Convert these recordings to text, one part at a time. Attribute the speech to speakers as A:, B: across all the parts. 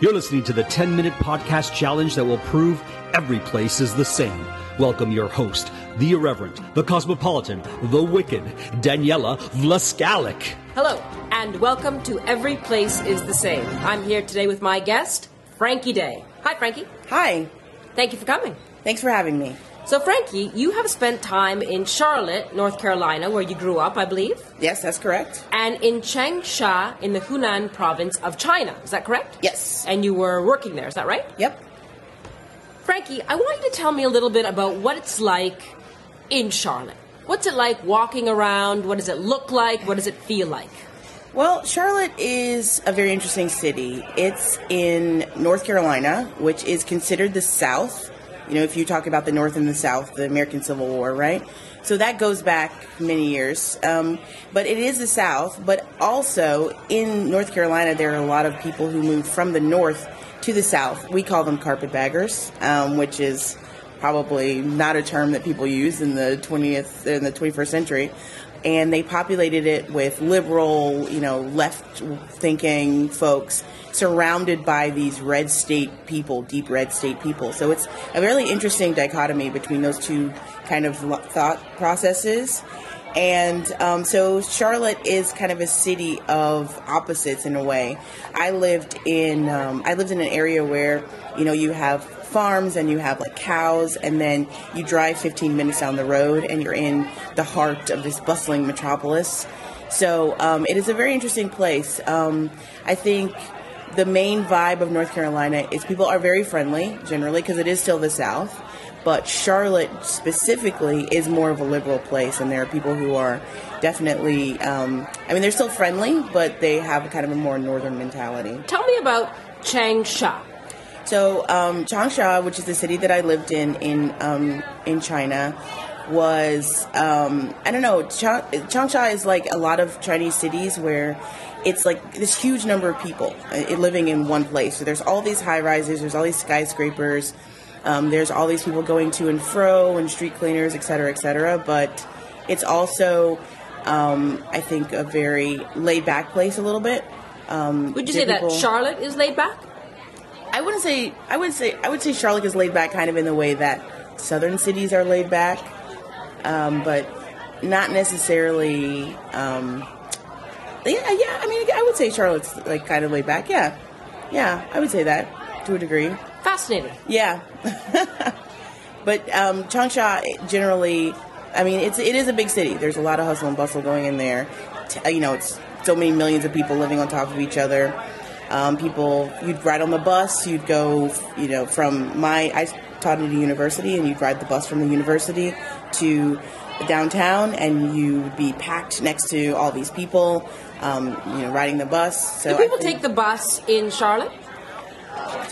A: You're listening to the 10 minute podcast challenge that will prove every place is the same. Welcome your host, the irreverent, the cosmopolitan, the wicked, Daniela Vlaskalik.
B: Hello, and welcome to Every Place is the Same. I'm here today with my guest, Frankie Day. Hi, Frankie.
C: Hi.
B: Thank you for coming.
C: Thanks for having me.
B: So, Frankie, you have spent time in Charlotte, North Carolina, where you grew up, I believe,
C: Yes, that's correct.
B: and in Changsha in the Hunan province of China. Is that correct?
C: Yes.
B: And you were working there, is that right?
C: Yep.
B: Frankie, I want you to tell me a little bit about what it's like in Charlotte. What's it like walking around? What does it look like? What does it feel like?
C: Well, Charlotte is a very interesting city. It's in North Carolina, which is considered the South. You know, if you talk about the North and the South, the American Civil War, right? So that goes back many years. Um, but it is the South, but also in North Carolina, there are a lot of people who moved from the North to the South. We call them carpetbaggers, um, which is probably not a term that people use in the 20th in the 21st century and they populated it with liberal you know left thinking folks surrounded by these red state people deep red state people so it's a really interesting dichotomy between those two kind of lo- thought processes and um, so Charlotte is kind of a city of opposites in a way. I lived in um, I lived in an area where you know you have farms and you have like cows, and then you drive 15 minutes down the road and you're in the heart of this bustling metropolis. So um, it is a very interesting place. Um, I think the main vibe of North Carolina is people are very friendly generally because it is still the South, but Charlotte specifically is more of a liberal place, and there are people who are definitely. Um, I mean, they're still friendly, but they have kind of a more northern mentality.
B: Tell me about Changsha.
C: So um, Changsha, which is the city that I lived in in um, in China, was um, I don't know. Chang- Changsha is like a lot of Chinese cities where it's like this huge number of people uh, living in one place. So there's all these high rises, there's all these skyscrapers, um, there's all these people going to and fro, and street cleaners, et cetera, et cetera. But it's also um, I think a very laid back place a little bit. Um,
B: Would you
C: do
B: say that
C: people-
B: Charlotte is laid back?
C: I wouldn't say I would say I would say Charlotte is laid back kind of in the way that southern cities are laid back, um, but not necessarily. Um, yeah, yeah. I mean, I would say Charlotte's like kind of laid back. Yeah, yeah. I would say that to a degree.
B: Fascinating.
C: Yeah. but um, Changsha generally, I mean, it's it is a big city. There's a lot of hustle and bustle going in there. T- uh, you know, it's so many millions of people living on top of each other. Um, people, you'd ride on the bus. You'd go, you know, from my I taught at a university, and you'd ride the bus from the university to downtown, and you'd be packed next to all these people. Um, you know, riding the bus. So
B: Do
C: I
B: people take
C: think-
B: the bus in Charlotte?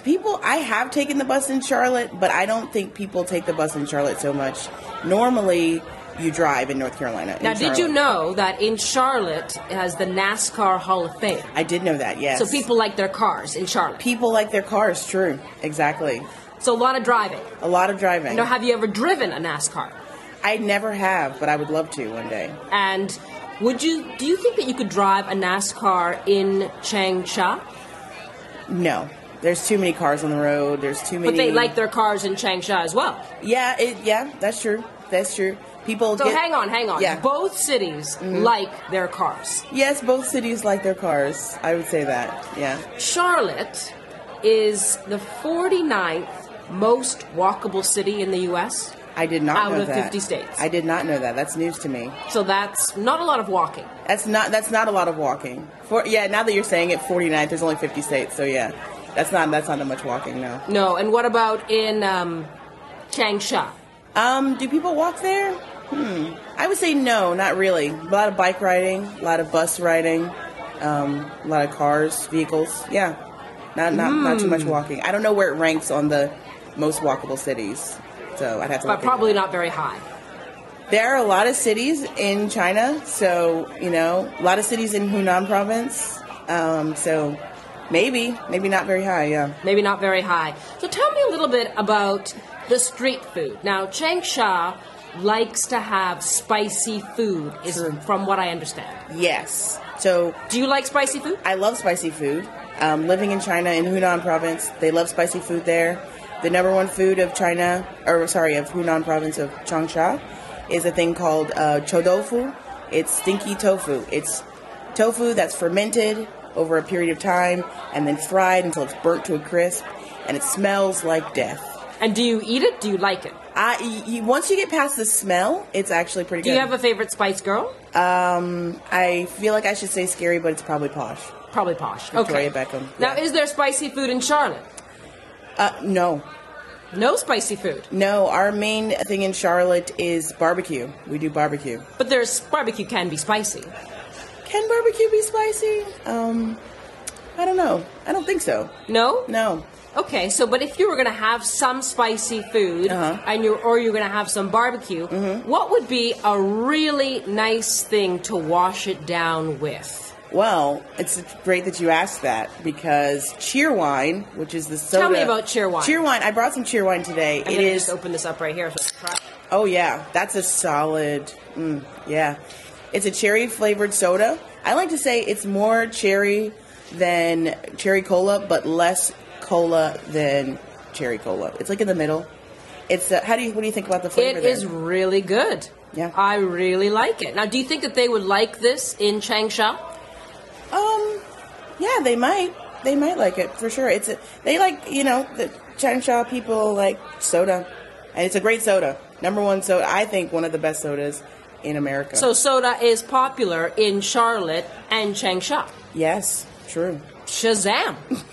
C: people i have taken the bus in charlotte but i don't think people take the bus in charlotte so much normally you drive in north carolina in
B: Now, did you
C: Charlotte.
B: know that in Charlotte has the NASCAR Hall of Fame?
C: i did know that yes
B: So people like their cars in Charlotte.
C: people like their cars true exactly
B: So a lot of driving.
C: a lot of driving
B: Now, have you ever driven a NASCAR?
C: i never have but i would love to one day
B: And would you? Do you think that you could drive a NASCAR in Changsha?
C: no there's too many cars on the road there's too many
B: But they like their cars in Changsha as well.
C: yeah it, yeah that's true that's true people
B: So
C: get-
B: hang on, hang on.
C: yeah Mm-hmm.
B: Both cities like their cars.
C: yes both cities like their cars i would say that yeah
B: Charlotte is the 49th most walkable city in the U.S.
C: i did not
B: Out
C: know
B: of
C: that
B: 50 states.
C: i did not know that that's news to me
B: So that's not a lot of walking.
C: That's not that's not a lot of walking. For yeah, now that you're saying it, 49. There's only 50 states, so yeah, that's not that's not that much walking now.
B: No, and what about in um, Changsha?
C: Um, do people walk there? Hmm. I would say no, not really. A lot of bike riding, a lot of bus riding, um, a lot of cars, vehicles. Yeah, not not not too much
B: Hmm.
C: walking. I don't know where it ranks on the most walkable cities, so I'd have to.
B: But
C: look into
B: probably not very high.
C: There are a lot of cities in China, so you know, a lot of cities in Hunan province. Um, so maybe, maybe not very high. Yeah.
B: Maybe not very high. So tell me a little bit about the street food. Now, Changsha likes to have spicy food, is from what I understand.
C: Yes. So
B: Do you like spicy food?
C: I love spicy food. Um, living in China in Hunan province, they love spicy food there. The number one food of China, or sorry, of Hunan province of Changsha, is a thing called uh, chodofu. It's stinky tofu. It's tofu that's fermented over a period of time and then fried until it's burnt to a crisp, and it smells like death.
B: And do you eat it? Do you like it?
C: I y- y- once you get past the smell, it's actually pretty
B: Do
C: good.
B: you have a favorite Spice Girl?
C: I feel like I should say scary, but it's probably posh.
B: Probably Posh.
C: Victoria
B: okay.
C: Beckham,
B: Now,
C: yeah.
B: is there spicy food in Charlotte?
C: Uh, no,
B: No spicy food,
C: no. Our main thing in Charlotte is barbecue. We do barbecue.
B: but there's barbecue can be spicy.
C: Can barbecue be spicy? Um, I don't know. I don't think so.
B: No.
C: No.
B: Okay, so but if you were going to have some spicy food and you or you're going to have some barbecue, what would be a really nice thing to wash it down with?
C: Well, it's great that you asked that because Cheerwine, which is the soda.
B: Tell me about Cheerwine.
C: Cheerwine. I brought some Cheerwine today.
B: I'm
C: It
B: gonna
C: is.
B: just open this up right here. So it's crap.
C: Oh yeah, that's a solid. Mm, yeah, it's a cherry flavored soda. I like to say it's more cherry than cherry cola, but less cola than cherry cola. It's like in the middle. It's uh how do you what do you think about the flavor?
B: It
C: there?
B: is really good.
C: Yeah.
B: I really like it. Now, do you think that they would like this in Changsha?
C: Um, yeah, they might. They might like it for sure. It's a, they like you know the Changsha people like soda, and it's a great soda. Number one soda, I think one of the best sodas in America.
B: So soda is popular in Charlotte and Changsha.
C: yes, true.
B: Shazam.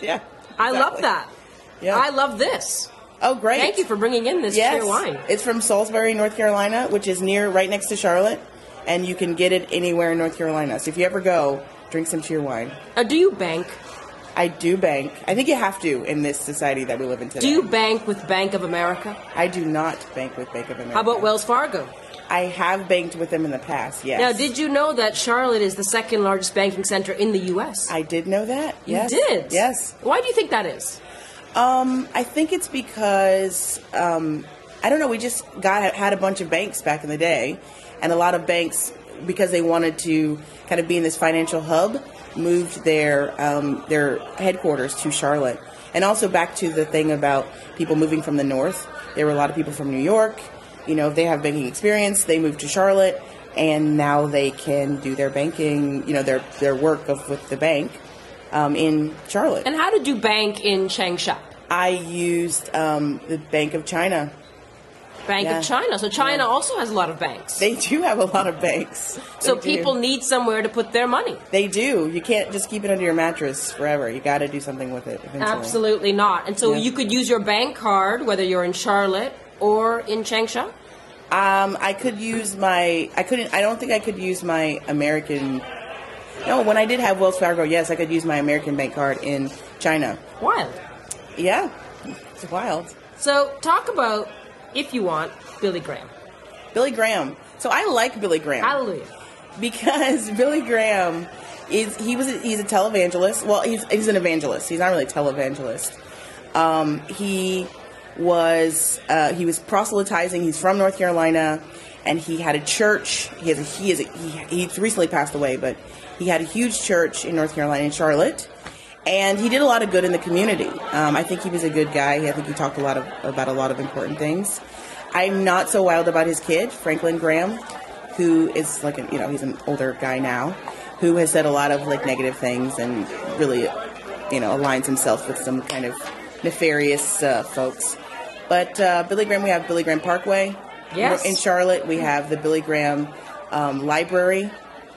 C: Yeah,
B: I love
C: exactly.
B: that.
C: Yeah.
B: I love this.
C: Oh, great!
B: Thank you for bringing in this
C: yes.
B: cheer wine.
C: It's from Salisbury, North Carolina, which is near, right next to Charlotte, and you can get it anywhere in North Carolina. So if you ever go, drink some cheer wine.
B: Now, Uh, do you bank?
C: I do bank. I think you have to in this society that we live in today.
B: Do you bank with Bank of America?
C: I do not bank with Bank of America.
B: How about Wells Fargo?
C: I have banked with them in the past. Yes.
B: Now, did you know that Charlotte is the second largest banking center in the U.S.?
C: I did know that.
B: you
C: Yes.
B: did.
C: Yes.
B: Why do you think that is?
C: Um, I think it's because um, I don't know. We just got had a bunch of banks back in the day, and a lot of banks because they wanted to kind of be in this financial hub moved their um, their headquarters to Charlotte, and also back to the thing about people moving from the north. There were a lot of people from New York. You know, if they have banking experience, they moved to Charlotte, and now they can do their banking. You know, their their work of, with the bank um, in Charlotte.
B: And how did you bank in Changsha?
C: I used um, the Bank of China.
B: Bank
C: Yeah.
B: of China. So China also has a lot of banks.
C: They do have a lot of banks.
B: so
C: They do.
B: people need somewhere to put their money.
C: They do. You can't just keep it under your mattress forever. You got to do something with it. Eventually.
B: Absolutely not. And so
C: Yeah.
B: you could use your bank card whether you're in Charlotte or in Changsha.
C: Um, I could use my. I couldn't. I don't think I could use my American. No, when I did have Wells Fargo, yes, I could use my American bank card in China.
B: Wild.
C: Yeah, it's wild.
B: So talk about, if you want, Billy Graham.
C: Billy Graham. So I like Billy Graham.
B: Hallelujah.
C: because Billy Graham is he was a, he's a televangelist. Well, he's he's an evangelist. He's not really a televangelist. Um, he was uh, he was proselytizing. He's from North Carolina, and he had a church. He has a, he is a, he he's recently passed away, but he had a huge church in North Carolina in Charlotte. And he did a lot of good in the community. Um, I think he was a good guy. I think he talked a lot of, about a lot of important things. I'm not so wild about his kid, Franklin Graham who is like an, you know he's an older guy now who has said a lot of like negative things and really you know aligns himself with some kind of nefarious uh, folks but uh, billy graham we have billy graham parkway
B: Yes.
C: in charlotte we have the billy graham um, library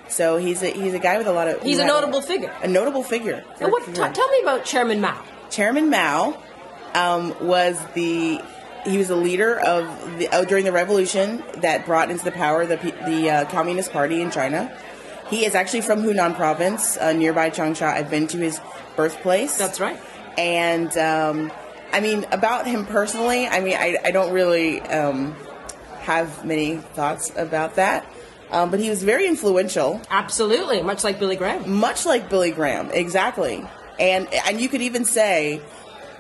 C: so he's a he's a guy with a lot of
B: He's
C: who
B: a
C: had
B: notable figure.
C: a notable figure
B: Now what, t- tell me about Chairman Mao.
C: Chairman Mao um, was the he was the leader of the, oh, during the revolution that brought into the power the pe- the uh, Communist Party in China. He is actually from Hunan Province, uh, nearby Changsha. I've been to his birthplace.
B: That's right.
C: And um, I mean, about him personally, I mean, I, I don't really um, have many thoughts about that. Um, but he was very influential
B: Absolutely, much like Billy Graham.
C: much like Billy Graham, exactly. And and you could even say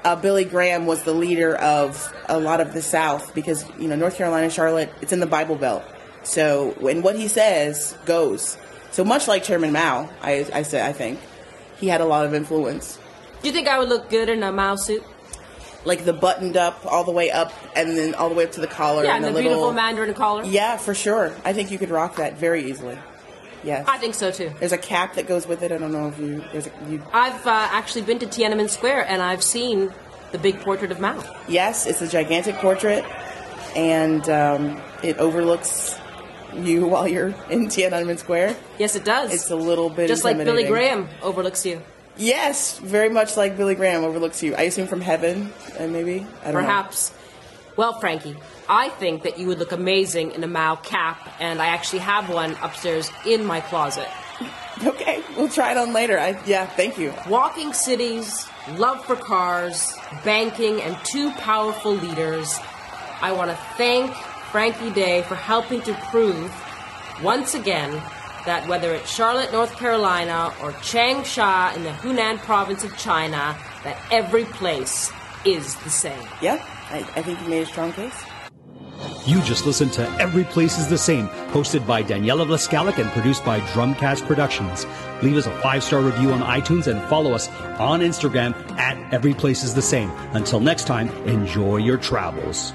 C: uh, Billy Graham was the leader of a lot of the South because you know North Carolina, Charlotte, it's in the Bible Belt. So and what he says goes. So much like Chairman Mao, I I say I think he had a lot of influence.
B: Do you think I would look good in a Mao suit?
C: Like the buttoned up all the way up and then all the way up to the collar
B: Yeah,
C: and
B: and
C: the
B: the
C: little
B: beautiful Mandarin collar.
C: Yeah, for sure. I think you could rock that very easily. Yes.
B: I think so too.
C: there's a cap that goes with it. I don't know if you there's a, you
B: I've uh, actually been to Tiananmen Square and I've seen the big portrait of Mao.
C: Yes, it's a gigantic portrait, and um, it overlooks you while you're in Tiananmen Square.
B: Yes, it does.
C: It's a little bit
B: just like Billy
C: intimidating.
B: Graham overlooks you.
C: Yes, very much like Billy Graham overlooks you. I assume from heaven, uh, maybe. I don't know.
B: Perhaps. Well, Frankie, I think that you would look amazing in a Mao cap, and I actually have one upstairs in my closet.
C: Okay, we'll try it on later. I, yeah, thank you.
B: Walking cities, love for cars, banking, and two powerful leaders. I want to thank Frankie Day for helping to prove once again that whether it's Charlotte, North Carolina, or Changsha in the Hunan province of China, that every place is the same.
C: Yeah, I, I think you made a strong case.
A: You just listened to Every Place is the Same, hosted by Daniela Vlaskalic and produced by Drumcast Productions. Leave us a five-star review on iTunes and follow us on Instagram at Every Place is the Same. Until next time, enjoy your travels.